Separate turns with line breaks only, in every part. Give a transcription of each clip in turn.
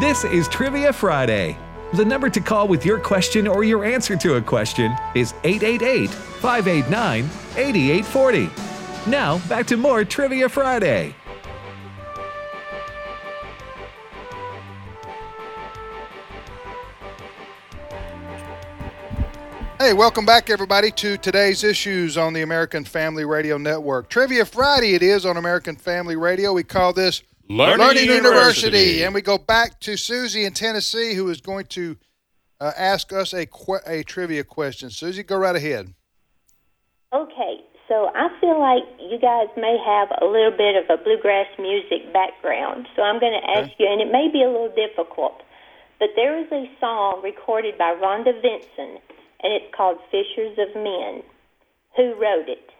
This is Trivia Friday. The number to call with your question or your answer to a question is 888 589 8840. Now, back to more Trivia Friday.
Hey, welcome back, everybody, to today's issues on the American Family Radio Network. Trivia Friday, it is on American Family Radio. We call this
Learning
University.
University.
And we go back to Susie in Tennessee, who is going to uh, ask us a, que- a trivia question. Susie, go right ahead.
Okay, so I feel like you guys may have a little bit of a bluegrass music background, so I'm going to ask you, and it may be a little difficult, but there is a song recorded by Rhonda Vinson, and it's called Fishers of Men. Who wrote it?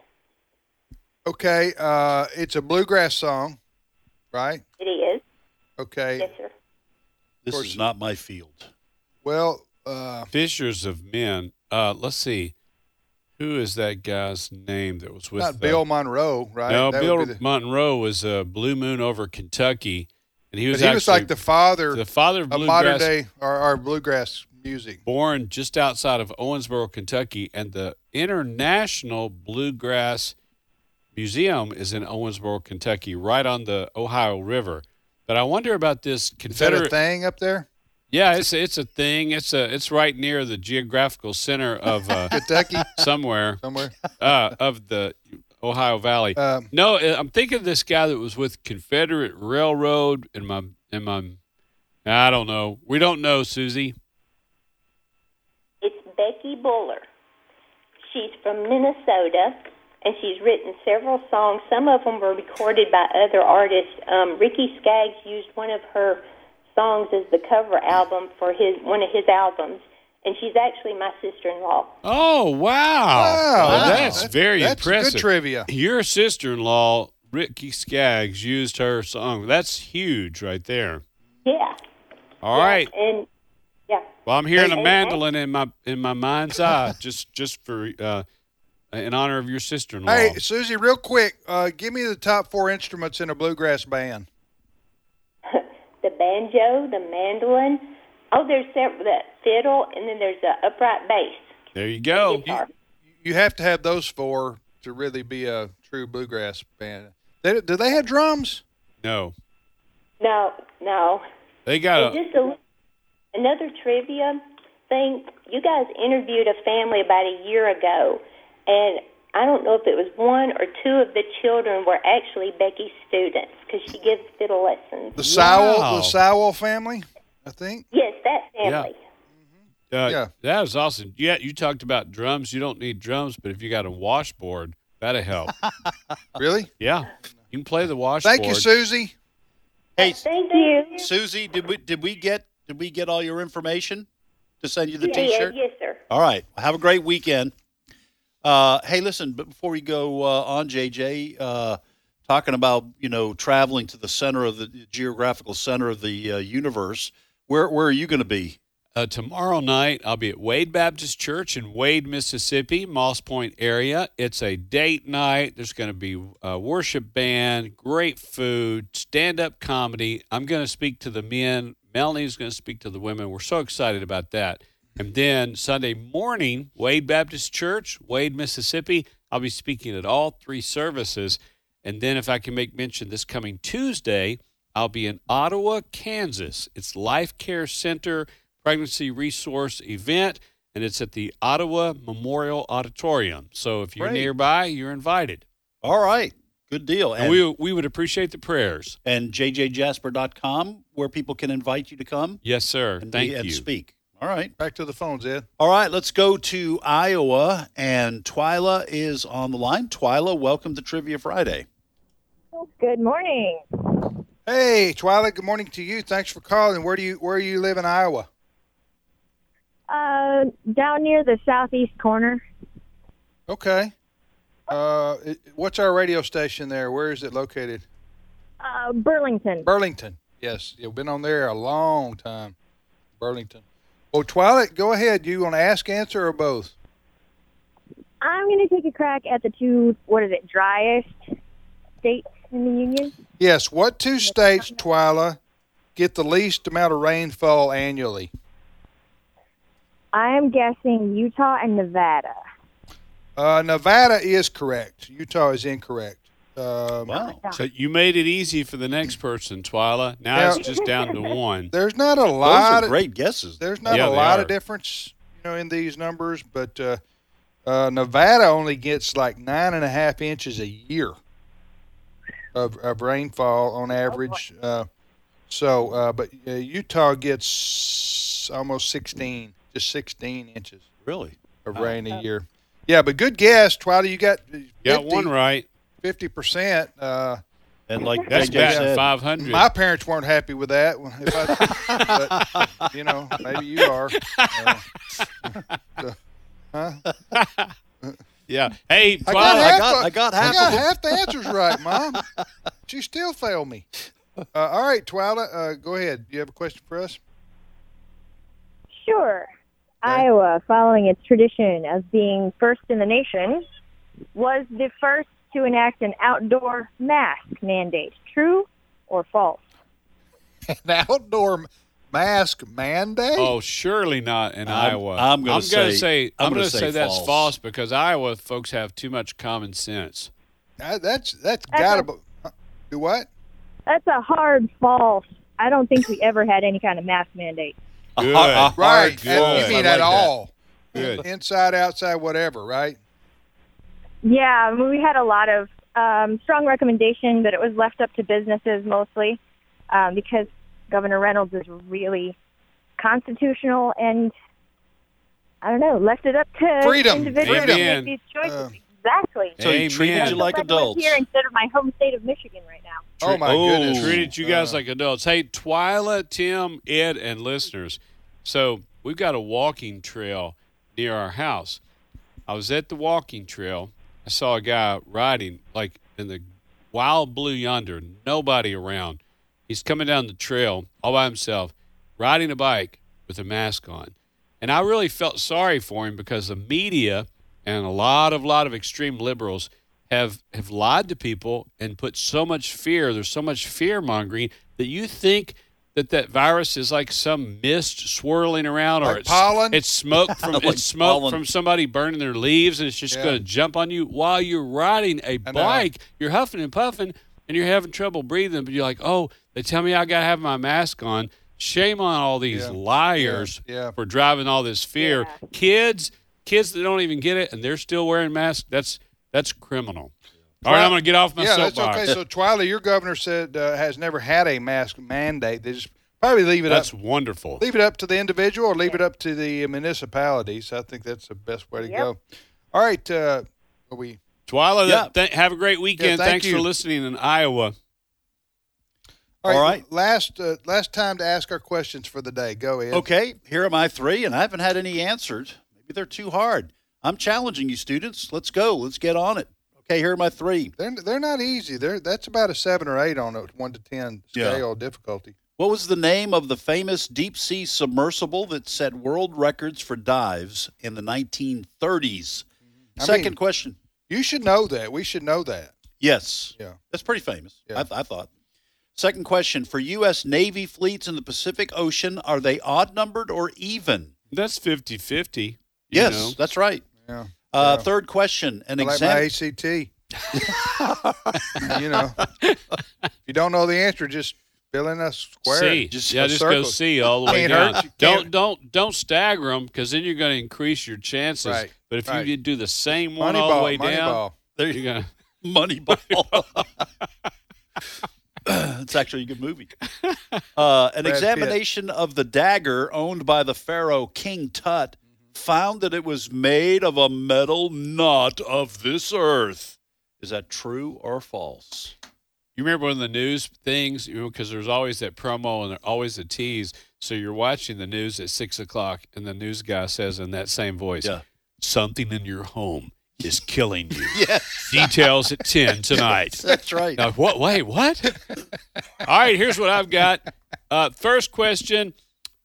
Okay, uh, it's a bluegrass song, right?
It is.
Okay.
Yes, sir.
This
course.
is not my field.
Well, uh,
Fishers of Men. Uh, let's see. Who is that guy's name that was with
not
the-
Bill Monroe, right?
No,
That would
Bill
be the-
Monroe was a Blue Moon over Kentucky, and he was
but he was
actually
like the father
the father of
of
bluegrass,
modern day or, or bluegrass music.
born just outside of Owensboro, Kentucky, and the International Bluegrass Museum is in Owensboro, Kentucky, right on the Ohio River. But I wonder about this
Is that a
Confederate
thing up there?
Yeah, it's it's a thing. It's a it's right near the geographical center of uh,
Kentucky,
somewhere
somewhere.
uh, of the Ohio Valley.
Um,
no, I- I'm thinking of this guy that was with Confederate Railroad and my and my. I don't know. We don't know, Susie.
It's Becky Buller. She's from Minnesota, and she's written several songs. Some of them were recorded by other artists. Um, Ricky Skaggs used one of her songs as the cover album for his one of his albums, and she's actually my sister-in-law.
Oh wow!
Wow,
Well,
wow.
that's,
That's-
very
that's good
impressive.
trivia.
Your sister-in-law, Ricky Skaggs, used her song. That's huge, right there.
Yeah.
All right.
And yeah.
Well, I'm hearing a
Hey, hey,
mandolin in my in my mind's eye, just just for uh, in honor of your sister-in-law.
Hey, Susie, real quick, uh, give me the top four instruments in a bluegrass band.
the banjo, the mandolin. Oh, there's several, the fiddle, and then there's the upright bass.
there Oh, you go.
guitar.
You have to have those four to really be a true bluegrass band. They, do they have drums?
No,
No, no.
they
Uh.
got a
Just a, another trivia thing. You guys interviewed a family about a year ago, and I don't know if it was one or two of the children were actually Becky's students because she gives fiddle lessons.
The Sowell,
Wow.
the Sowell family, I think.
Yes, that family.
uh,
yeah.
That was awesome. Yeah, you talked about drums. You don't need drums, but if you got a washboard, that'll help.
Really?
yeah, you can play the washboard.
Thank you, Susie.
Hey,
Thank you.
Susie, did we did we get did we get all your information to send you the
Yeah, yeah,
T-shirt?
yes, sir.
All right. Have a great weekend. Uh, hey, listen, but before we go uh, on, JJ, uh, talking about you know traveling to the center of the geographical center of the uh, universe. Where where are you going to be?
Uh, tomorrow night, I'll be at Wade Baptist Church in Wade, Mississippi, Moss Point area. It's a date night. There's going to be a worship band, great food, stand up comedy. I'm going to speak to the men. Melanie's going to speak to the women. We're so excited about that. And then Sunday morning, Wade Baptist Church, Wade, Mississippi. I'll be speaking at all three services. And then, if I can make mention, this coming Tuesday, I'll be in Ottawa, Kansas. It's Life Care Center Pregnancy Resource Event, and it's at the Ottawa Memorial Auditorium. So if you're
Great.
nearby, you're invited.
All right. Good deal.
And, we, we would appreciate the prayers.
and jjjasper.com where people can invite you to come
Yes, sir.
and,
Thank
be, and
you.
speak. All right.
Back to the phones, Ed.
All right, let's go to Iowa and Twyla is on the line. Twyla, welcome to Trivia Friday.
Good morning.
Hey, Twilight. Good morning to you. Thanks for calling. Where do you Where do you live in Iowa?
Uh, down near the southeast corner,
Okay. Uh, it- what's our radio station there? Where is it located?
uh, Burlington.
Burlington. Yes, you've been on there a long time. Burlington. Well, Twilight, go ahead. You want to ask, answer, or both?
I'm going to take a crack at the two, what is it, driest states in the union?
Yes. What two states, Twyla, get the least amount of rainfall annually?
I am guessing Utah and Nevada.
Uh, Nevada is correct. Utah is incorrect. Um,
Wow.
So you made it easy for the next person, Twyla. Now
Yeah.
it's just down to one.
There's not a
Those
lot.
are
Of,
great guesses.
There's not
Yeah,
a
they
lot
are.
of difference, you know, in these numbers. But uh, uh, Nevada only gets like nine and a half inches a year of, of rainfall on average. Uh, so, uh, but uh, Utah gets almost 16, just 16 inches
Really?
of rain a year. Yeah, but good guess, Twyla. You got
Got one right.
fifty percent. Uh,
And like
That's
JJ
batting
said,
500.
my parents weren't happy with that. Well, If I, but, you know, maybe you are. Uh,
Yeah. Hey,
I
Twyla,
half
got,
got- I got half
I got
of them.
half the answers right, Mom. She still failed me. Uh, all right, Twyla, uh, go ahead. Do you have a question for us?
Sure. Iowa, following its tradition of being first in the nation, was the first to enact an outdoor mask mandate. True or false?
An outdoor mask mandate?
Oh, surely not in
I'm-
Iowa.
I'm
gonna
gonna say-
say
I'm
I'm
gonna
going to
say
say that's
false.
false because Iowa folks have too much common sense.
Uh, that's that's gotta be. uh, Do what?
That's a hard false. I don't think we ever had any kind of mask mandate.
Good.
Ah,
Right.
good.
and you
I
mean
like
at
that.
all?
Good.
Inside, outside, whatever, right?
Yeah, I mean, we had a lot of um, strong recommendation, but it was left up to businesses mostly um, because Governor Reynolds is really constitutional and I don't know, left it up to
Freedom,
individuals to
freedom.
make these choices.
Uh,
exactly.
So you
Amen.
treated you like
I feel
adults.
I live here instead of my home state of Michigan right now.
Oh my
Oh.
goodness!
treated you guys
Uh,
like adults. Hey, Twyla, Tim, Ed, and listeners. So we've got a walking trail near our house. I was at the walking trail. I saw a guy riding like in the wild blue yonder, nobody around. He's coming down the trail all by himself, riding a bike with a mask on. And I really felt sorry for him because the media and a lot of lot of extreme liberals have have lied to people and put so much fear. There's so much fear mongering that you think that that virus is like some mist swirling around or
Like
it's
pollen?
It's smoke from
Like
it's smoke
pollen.
from somebody burning their leaves and it's just
Yeah.
going to jump on you while you're riding a
I know.
bike. You're huffing and puffing and you're having trouble breathing, but you're like, oh, they tell me I got to have my mask on. Shame on all these
Yeah.
liars
Yeah. Yeah.
for driving all this fear.
Yeah.
Kids, kids that don't even get it and they're still wearing masks, that's that's criminal. All right, I'm going to get off my
yeah, that's
soapbox.
okay. So Twyla, your governor said uh, has never had a mask mandate. They just probably leave it
that's
up,
wonderful.
leave it up to the individual, or leave it up to the municipalities. I think that's the best way to
Yep.
go. All right, uh, are we
Twyla,
Yeah.
th- have a great weekend.
thank
Thanks
you.
for listening in Iowa.
all right?
All right.
Last uh, last time to ask our questions for the day. Go ahead.
Okay, here are my three, and I haven't had any answered. Maybe they're too hard. I'm challenging you, students. Let's go. Let's get on it. Okay, here are my three.
They're, they're not easy. They're that's about a seven or eight on a one to ten
Yeah.
scale difficulty.
What was the name of the famous deep sea submersible that set world records for dives in the 1930s?
I
Second
mean-
question.
You should know that. We should know that.
Yes.
Yeah.
That's pretty famous.
Yeah.
I, th- I thought. Second question For U.S. Navy fleets in the Pacific Ocean, are they odd numbered or even?
That's 50 50.
Yes, that's right.
Yeah.
Uh,
Yeah.
Third question An
I like
exam-
my ACT. you know, if you don't know the answer, just fill in a square.
C.
Just
yeah,
a
just go
circle.
C all the way
Can't
down.
hurt you,
Don't
can't-
don't don't stagger them because then you're going to increase your chances.
Right,
But if
right.
you do the same one
Money
all the
ball,
way
money
down,
ball.
there you go.
Moneyball. it's actually a good movie. Uh, an
Brad
examination of the dagger owned by the pharaoh King Tut found that it was made of a metal not of this earth. Is that true or false?
You remember one of the news things because you know, 'cause there's always that promo and there's always a tease. So you're watching the news at six o'clock, and the news guy says in that same voice,
Yeah.
"Something in your home is killing you."
Yes,
Details at ten tonight.
that's right.
Now, what? Wait, what? All right, here's what I've got. Uh, first question: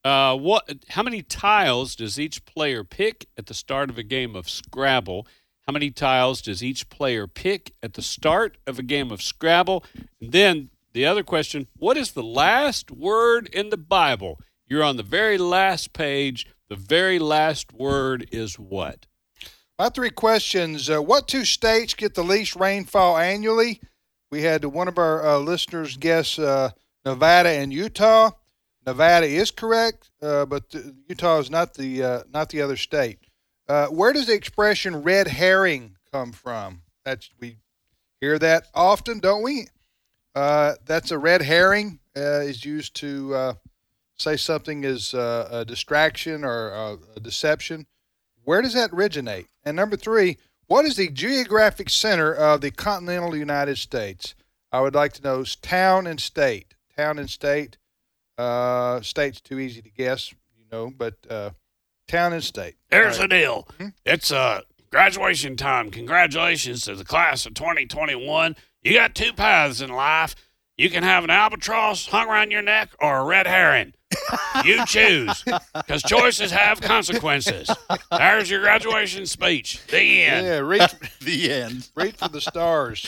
uh, What? How many tiles does each player pick at the start of a game of Scrabble? How many tiles does each player pick at the start of a game of Scrabble? And then the other question What is the last word in the Bible? You're on the very last page. The very last word is what?
My three questions: uh, What two states get the least rainfall annually? We had one of our uh, listeners guess uh, Nevada and Utah. Nevada is correct, uh, but th- Utah is not the uh, not the other state. Uh, where does the expression "red herring" come from? That's we hear that often, don't we? Uh, that's a red herring uh, is used to uh, say something is uh, a distraction or uh, a deception. Where does that originate? And number three, what is the geographic center of the continental United States? I would like to know s- town and state. Town and state. Uh, state's too easy to guess, you know, but uh, town and state.
There's
All
the
right. Hmm?
deal. It's uh, graduation time. Congratulations to the class of 2021. You got two paths in life. You can have an albatross hung around your neck or a red herring. You choose, because choices have consequences. There's your graduation speech. The end.
Yeah, reach,
the end.
reach for the stars.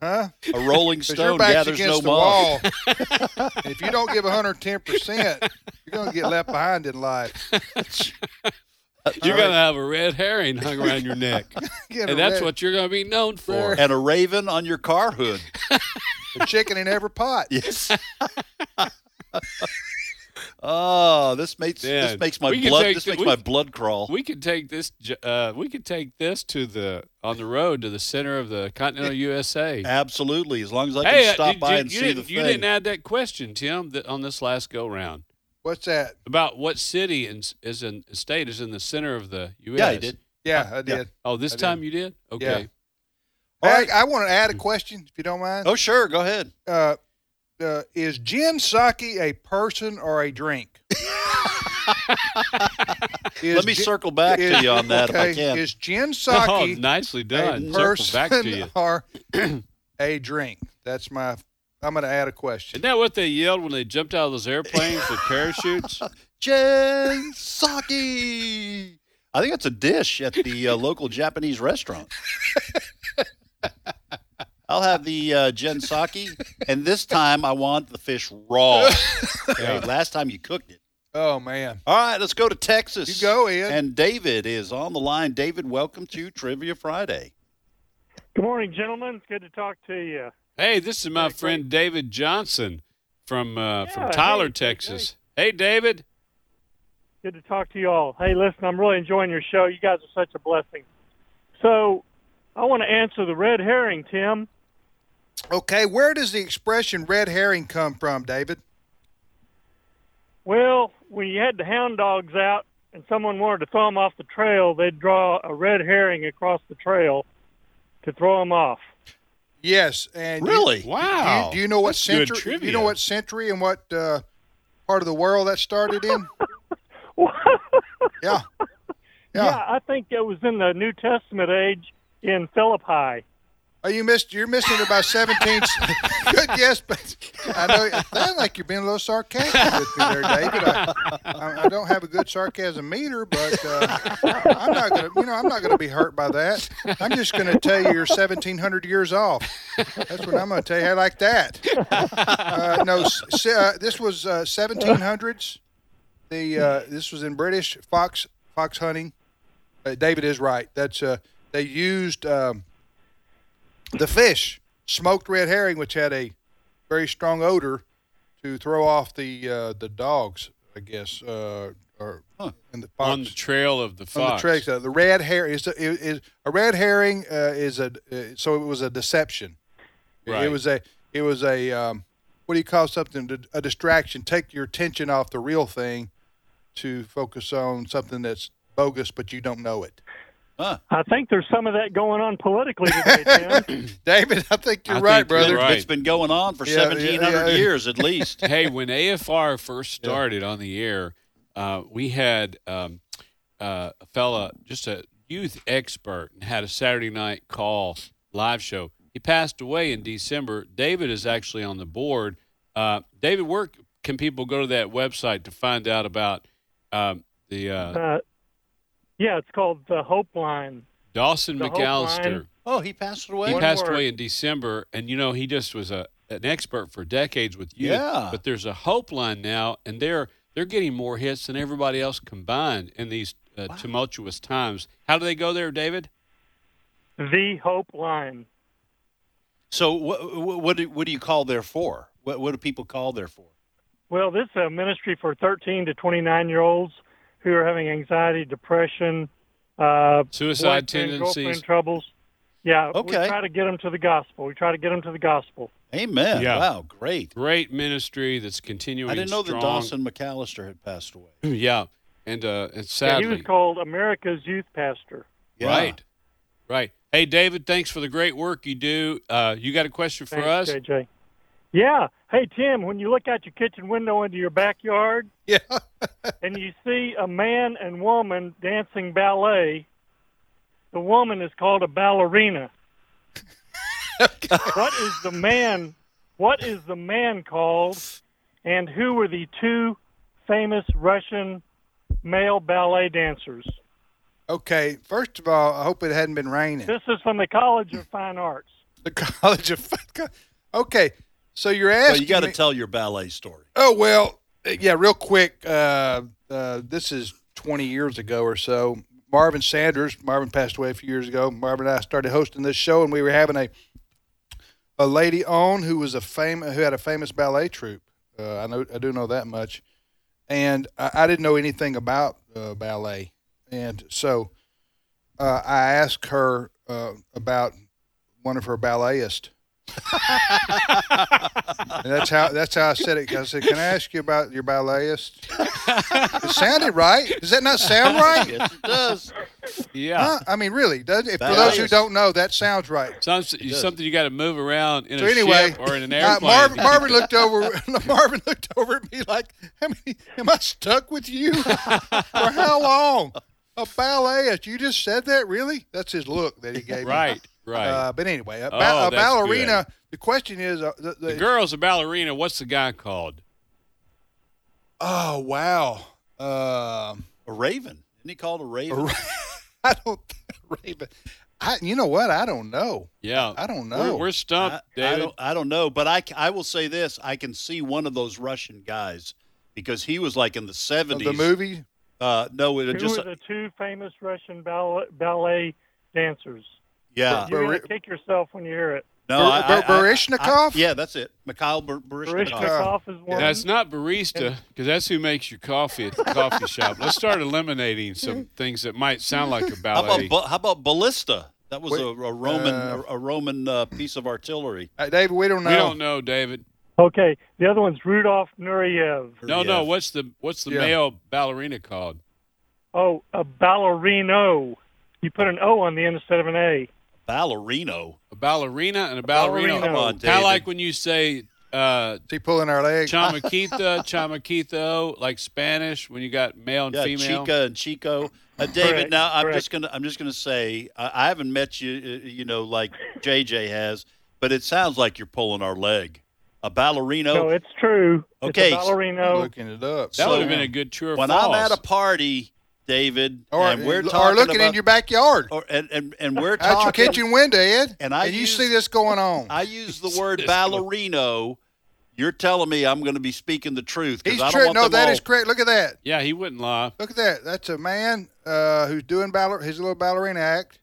huh?
A rolling
'Cause
stone
your back's
gathers
against
no
the
moss.
wall. if you don't give 110%, you're going to get left behind in life.
You're gonna have a red herring hung around your neck,
Get a
and that's
red-
what you're gonna be known for.
And a raven on your car hood.
a chicken in every pot.
Yes. oh, this makes
Yeah,
this makes my
we can
blood
take
this
the-
makes
we-
my blood crawl.
We could take this. j- Uh, we could take this to the on the road to the center of the continental USA.
Absolutely, as long as I can
Hey, uh,
stop
did-
by
you,
and
you
see
didn't,
the
you
thing.
didn't add that question, Tim, that on this last go round
What's that?
about what city in, is in state is in the center of the U.S.
Yeah, I did.
Yeah, I did.
Oh, this
I did.
time you did. Okay.
All right.
I, I want to add a question, if you don't mind.
Oh, sure. Go ahead.
Uh, uh, is gin sake a person or a drink? Is
Let me
gi-
circle back to
is-
you on that
okay,
if I can.
Is gin sake
Oh, nicely done.
a
Circle back to you.
person or a drink? That's my. I'm going to add a
Isn't
question.
that what they yelled when they jumped out of those airplanes with parachutes?
Jen Saki. I think that's a dish at the uh, local Japanese restaurant. I'll have the uh, Jen Saki, and this time I want the fish raw. Okay, Last time you cooked it.
Oh man,
All right, let's go to Texas.
You go, Ed.
And David is on the line. David, welcome to Trivia Friday.
Good morning, gentlemen. It's good to talk to you.
Hey, this is my friend David Johnson from uh,
Yeah,
from
hey,
Tyler,
hey,
Texas. Hey, David.
Good to talk to you all. Hey, listen, I'm really enjoying your show. You guys are such a blessing. So, I want to answer the red herring, Tim.
okay. Where does the expression "red herring" come from, David?
Well, when you had the hound dogs out and someone wanted to throw them off the trail, they'd draw a red herring across the trail to throw them off.
Yes, and you-
Really?
Do
Wow.
you, do you know what
That's good
century? You
trivia.
know what century and what uh, part of the world that started in? yeah. yeah,
yeah, I think it was in the New Testament age in Philippi.
Oh, you missed. You're missing it by 17. good guess, but I know it sounds like you're being a little sarcastic with me there, David. I, I, I don't have a good sarcasm meter, but uh, I'm not gonna. You know, I'm not gonna be hurt by that. I'm just gonna tell you you're 1,700 years off. That's what I'm gonna tell you. I like that. Uh, no, s- s- uh, this was uh, 1700s. The uh, this was in British fox fox hunting. Uh, David is right. That's uh, they used. Um, the fish, smoked red herring, which had a very strong odor, to throw off the uh, the dogs, I guess, uh, or and the fox
On the trail of the
On the
fox.
tracks, uh, the red herring is, is, is a red herring uh, is a uh, so it was a deception. It- It
Right.
was a it was a um, what do you call something a distraction? Take your attention off the real thing to focus on something that's bogus, but you don't know it.
I think there's some of that going on politically today, Tim.
David, I think you're
I
right,
think you're
brother.
Right.
It's been going on for
Yeah, yeah,
1,700
yeah.
years at least.
hey, when AFR first started on the air, uh, we had um, uh, a fella, just a youth expert, and had a Saturday night call live show. He passed away in December. David is actually on the board. Uh, David, where can people go to that website to find out about um, the uh,
Uh, yeah, it's called the Hope Line.
Dawson
The whole
McAllister.
line.
Oh, he passed away.
He
One
passed
word.
away in December, and you know he just was a an expert for decades with you.
Yeah.
But there's a hope line now, and they're they're getting more hits than everybody else combined in these uh, tumultuous times. How do they go there, David?
The Hope Line.
So what what do, what do you call there for? What what do people call there for?
Well, this is a ministry for 13 to 29 year olds who are having anxiety, depression, uh,
Suicide
boyfriend,
tendencies.
girlfriend troubles. Yeah,
Okay.
we try to get them to the gospel. We try to get them to the gospel.
Amen.
Yeah.
Wow, great.
Great ministry that's continuing.
I didn't know
strong.
that Dawson McAllister had passed away.
Yeah, and uh, and
Yeah,
sadly,
he was called America's youth pastor.
Yeah.
right, right. Hey, David, thanks for the great work you do. Uh, you got a question for
Thanks,
us?
JJ. Yeah. Hey, Tim, when you look out your kitchen window into your backyard
Yeah.
and you see a man and woman dancing ballet, the woman is called a ballerina. what is the man? What is the man called? And who were the two famous Russian male ballet dancers?
Okay. First of all, I hope it hadn't been raining.
This is from the College of Fine Arts.
The College of. Okay. So you're
Well,
asking.
you got to
me-
tell your ballet story.
Oh well, uh, yeah. Real quick, uh, uh, this is 20 years ago or so. Marvin Sanders, Marvin passed away a few years ago. Marvin and I started hosting this show, and we were having a a lady on who was a fame who had a famous ballet troupe. Uh, I know I do know that much, and I, I didn't know anything about uh, ballet, and so uh, I asked her uh, about one of her balletists. And that's how that's how I said it. 'cause I said, "Can I ask you about your balletist?" it sounded right. Does that not sound right?
Yes, it does.
Yeah.
Huh? I mean, really. Does, if, for those who
Balletist.
don't know, that sounds right.
Some, something you got to move around in
So
a
anyway,
ship or in an
uh,
airplane.
Marvin, Marvin looked over. Marvin looked over at me like, "How many? Am I stuck with you for how long?" A balletist. You just said that, really? That's his look that he gave. me.
right, right.
Uh, but anyway, a, ba-
Oh,
a
that's
ballerina. The question is, uh, the, the,
the girl's a ballerina. What's the guy called?
oh wow. Um,
A raven. Isn't he called a raven?
Ra- I don't Raven. I you know what? I don't know.
Yeah.
I don't know.
We're, we're
I,
stumped,
I
David.
don't, I don't know, but I, c- I will say this: I can see one of those Russian guys because he was like in the
Of
seventies.
the movie.
Uh, no, it
Who
just
were the two famous Russian ballet, ballet dancers?
yeah.
You're going to
Bari-
kick yourself when you hear it.
No,
Bur-
I- I-
Bur- Baryshnikov?
I- yeah, that's it. Mikhail Bur- Baryshnikov.
Barishnikov is one.
That's not barista because that's who makes your coffee at the coffee shop. Let's start eliminating some things that might sound like a
How
ballet.
about Bu- how about ballista? That was
Wait,
a, a Roman
uh,
a, a Roman uh, piece of artillery.
Uh, David, we don't know.
we don't know, David.
Okay, the other one's Rudolf Nureyev.
No,
Yeah.
no. What's the what's the
Yeah.
male ballerina called?
Oh, a ballerino. You put an O on the end instead of an A.
ballerino.
A ballerina and a ballerina.
ballerina. Come
on,
Kind
David.
of like when you say uh,
Is he pulling our legs?
chamaquita, chamaquito, like Spanish when you got male and
Yeah,
female.
Chica and Chico. Uh, David,
Correct,
now I'm
correct.
just gonna I'm just gonna say I, I haven't met you, uh, you know, like JJ has, but it sounds like you're pulling our leg. A ballerino.
No, it's true.
Okay.
It's a ballerino.
looking it up.
That
So-
would have been a good tour.
when I'm at a party, David,
or,
and we're
or
talking
looking
about,
in your backyard.
or, and, and and we're
out
talking.
your kitchen window, Ed.
And I
you
use-
see this going on.
I use the word ballerino. You're telling me I'm going to be speaking the truth because
He's
I don't
true.
want
No,
them
that
all-
is correct. Look at that.
yeah, he wouldn't lie.
Look at that. That's a man uh, who's doing baller his little ballerina act.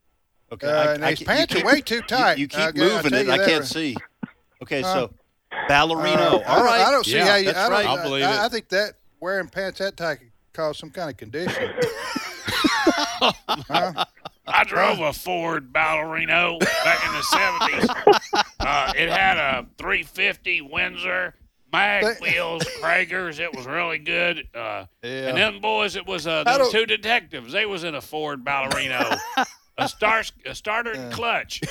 Okay,
Uh,
I-
and
I
his
ca- you
pants are
keep-
way too tight.
You, you keep
I guess- I'll
moving
tell
it.
you
I
that
can't
right-
see. Okay,
Huh.
so ballerino.
Uh, I
all
don't-
right.
I don't see
Yeah,
how you.
that's
I, don't,
right.
I,
I believe it.
I, think that wearing pants that tight could cause some kind of condition.
I drove a Ford Ballerino back in the 70s. Uh, it had a 350 Windsor, mag
But-
wheels, Kragers. It was really good. Uh,
Yeah.
And them boys, it was uh,
I
them
don't-
two detectives. They was in a Ford Ballerino. A, star, a starter and clutch.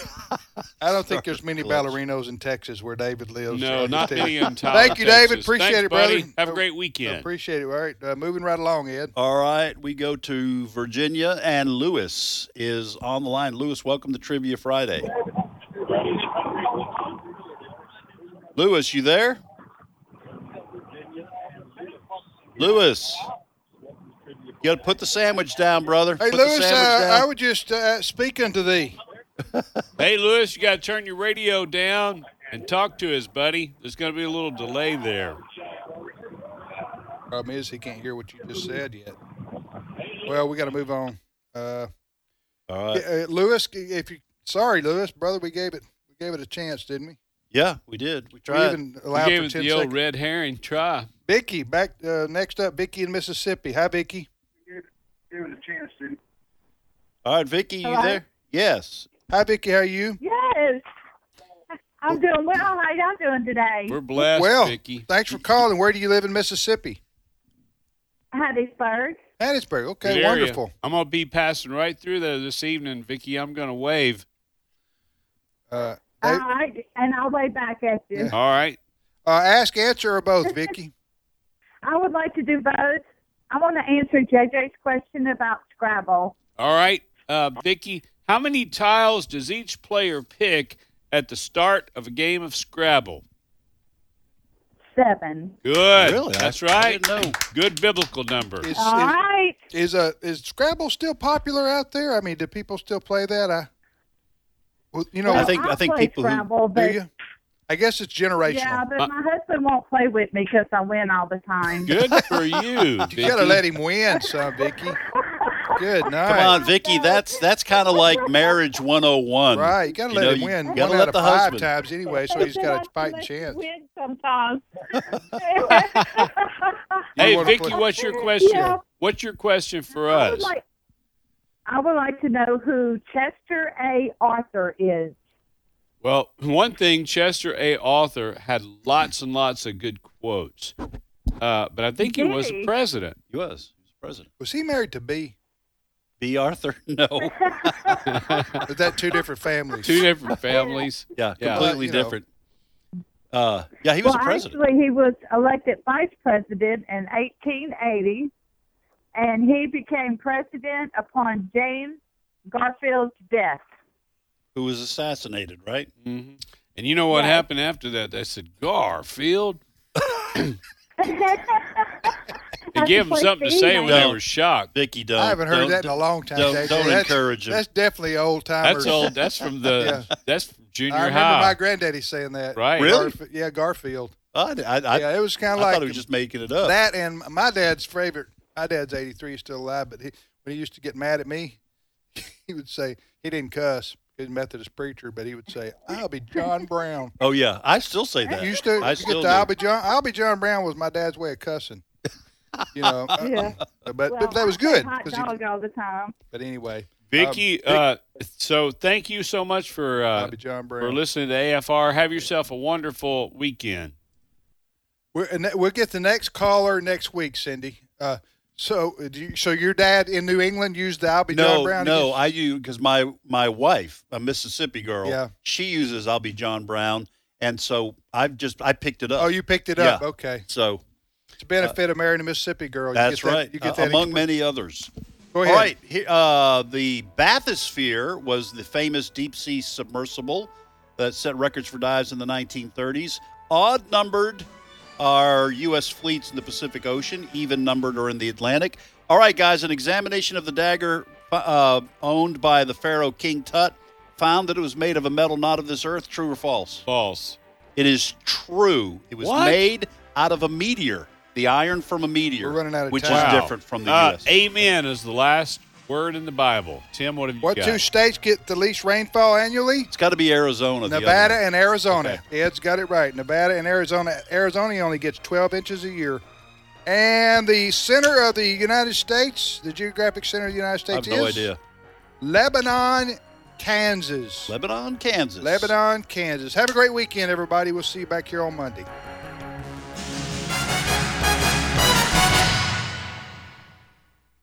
I don't think there's many
Close.
ballerinos in Texas where David lives.
No,
I'll just
not
tell
many in Tyler,
Thank you, David.
Texas.
Appreciate
Thanks,
it, brother.
buddy. Have a great
I
weekend.
appreciate it. All right, uh, moving right along, Ed.
All right, we go to Virginia, and Lewis is on the line. Lewis, welcome to Trivia Friday. Lewis, you there? Lewis, You got to put the sandwich down, brother.
Hey,
put
Lewis,
the
uh,
sandwich down.
I would just uh, speak unto thee.
Hey, Lewis, you got to turn your radio down and talk to his buddy. There's going to be a little delay there.
Problem is, he can't hear what you just said yet. Well, we got to move on. Uh,
All right.
uh, Lewis, if you sorry, Lewis, brother, we gave it we gave it a chance, didn't we?
Yeah, we did. We
We
tried.
even
You
allowed
gave
for
it
ten
the old
seconds.
red herring try.
Vicky, back uh, next up, Vicky in Mississippi. Hi, Vicky.
All right, Vicky, you
Hello?
there? Yes.
Hi, Vicky. How are you?
Yes. I'm doing well. How y'all doing today?
Mm-hmm.
We're blessed,
well,
Vicky.
thanks for calling. Where do you live in Mississippi?
Hattiesburg.
Hattiesburg. Okay,
Good area.
wonderful.
I'm going to be passing right through there this evening, Vicky. I'm going to wave.
Uh, they-
All right. And I'll wait back at you.
Yeah.
All right.
uh, ask, answer, or both, Vicky.
I would like to do both. I want to answer JJ's question about Scrabble.
All right. Uh, Vicky, how many tiles does each player pick at the start of a game of Scrabble?
Seven.
Good.
Really? I-
That's
I
right.
didn't know.
Good biblical number.
Is,
All
is-
right.
is uh is Scrabble still popular out there? I mean, do people still play that? I, well, you know,
I
Well,
think- I think
play
people who-
Scrabble,
do
but
you? I guess it's generational.
yeah, but
Uh,
my husband won't play with me because I win all the time.
Good for you. Vicky.
you gotta let him win, son, Vicky. Good night.
Come on, Vicky. That's that's kind of like marriage 101.
Right, you gotta
You
let
know,
him
you
win
gotta
one
let
out
the
of five
husband.
times anyway, so he's got a fighting chance.
Win sometimes.
Hey,
wanna
Vicky,
play-
what's your question?
Yeah.
What's your question for
I
us?
would like, I would like to know who Chester A. Arthur is.
Well, one thing Chester A. Arthur had lots and lots of good quotes, uh, but I think he was
Yay.
a president.
He was. He was president.
Was he married to B?
B. Arthur? No.
Is that two different families?
Two different families.
Yeah,
Yeah.
completely
Well, you know.
different. Uh, yeah, he was
well,
a president.
actually, he was elected vice president in 1880, and he became president upon James Garfield's death.
who was assassinated, right?
hmm And you know what
Right.
happened after that? They said Garfield. They
That's
gave them
the
something to
place
say
to
when
be
they
now.
were shocked.
Vicky, don't.
I haven't
don't-
heard that in a long time.
don't-
JJ.
don't
that's,
encourage him.
That's definitely old timers.
That's old. That's from the. That's from junior
I remember
high.
my granddaddy saying that.
Right.
Really?
Garf- yeah, Garfield.
I, I, I,
yeah, it was kind
I
of
thought
like
he was just making it up.
that. And my dad's favorite. My dad's 83, he's still alive, but he, when he used to get mad at me, he would say he didn't cuss. He's a Methodist preacher, but he would say, "I'll be John Brown."
oh yeah, I still say that.
You used to,
I
you
still
get the,
do.
I'll be John. I'll be John Brown was my dad's way of cussing. You know, uh,
Yeah.
but,
Well,
but that was
I say
good.
Hot
'cause he-
dog all the time.
but anyway,
Vicky,
Um,
uh, so thank you so much for
I'll
uh,
be John Brown.
for listening to AFR. Have yourself a wonderful weekend.
We're, and that- we'll get the next caller next week, Cindy. Uh, so, uh, do you, so your dad in New England used the I'll be John
no,
Brown.
no,
again?
I do because my my wife, a Mississippi girl,
Yeah.
she uses "I'll be John Brown," and so I've just I picked it up.
oh, you picked it up.
Yeah.
Okay,
so
it's a benefit of marrying a Mississippi girl. Oh, You
that's
get that-
right.
You get
uh,
that
among many others.
Go
All
ahead.
right, he, uh, the bathysphere was the famous deep sea submersible that set records for dives in the 1930s. Odd numbered are U.S. fleets in the Pacific Ocean, even numbered are in the Atlantic. All right, guys, an examination of the dagger uh, owned by the pharaoh King Tut found that it was made of a metal not of this earth. True or false?
False.
It is true. It was
What?
made out of a meteor, the iron from a meteor,
We're running out of
which
time.
is different from the
Uh,
U.S.
Amen is the last word in the Bible. Tim, what have you
What
got?
two states get the least rainfall annually?
It's got to be Arizona. the other
Nevada
one.
and Arizona. Ed's got it right. Nevada and Arizona. Arizona only gets 12 inches a year. And the center of the United States, the geographic center of the United
I
States
have no
is
idea.
Lebanon, Kansas.
Lebanon, Kansas.
Lebanon, Kansas. Have a great weekend, everybody. We'll see you back here on Monday.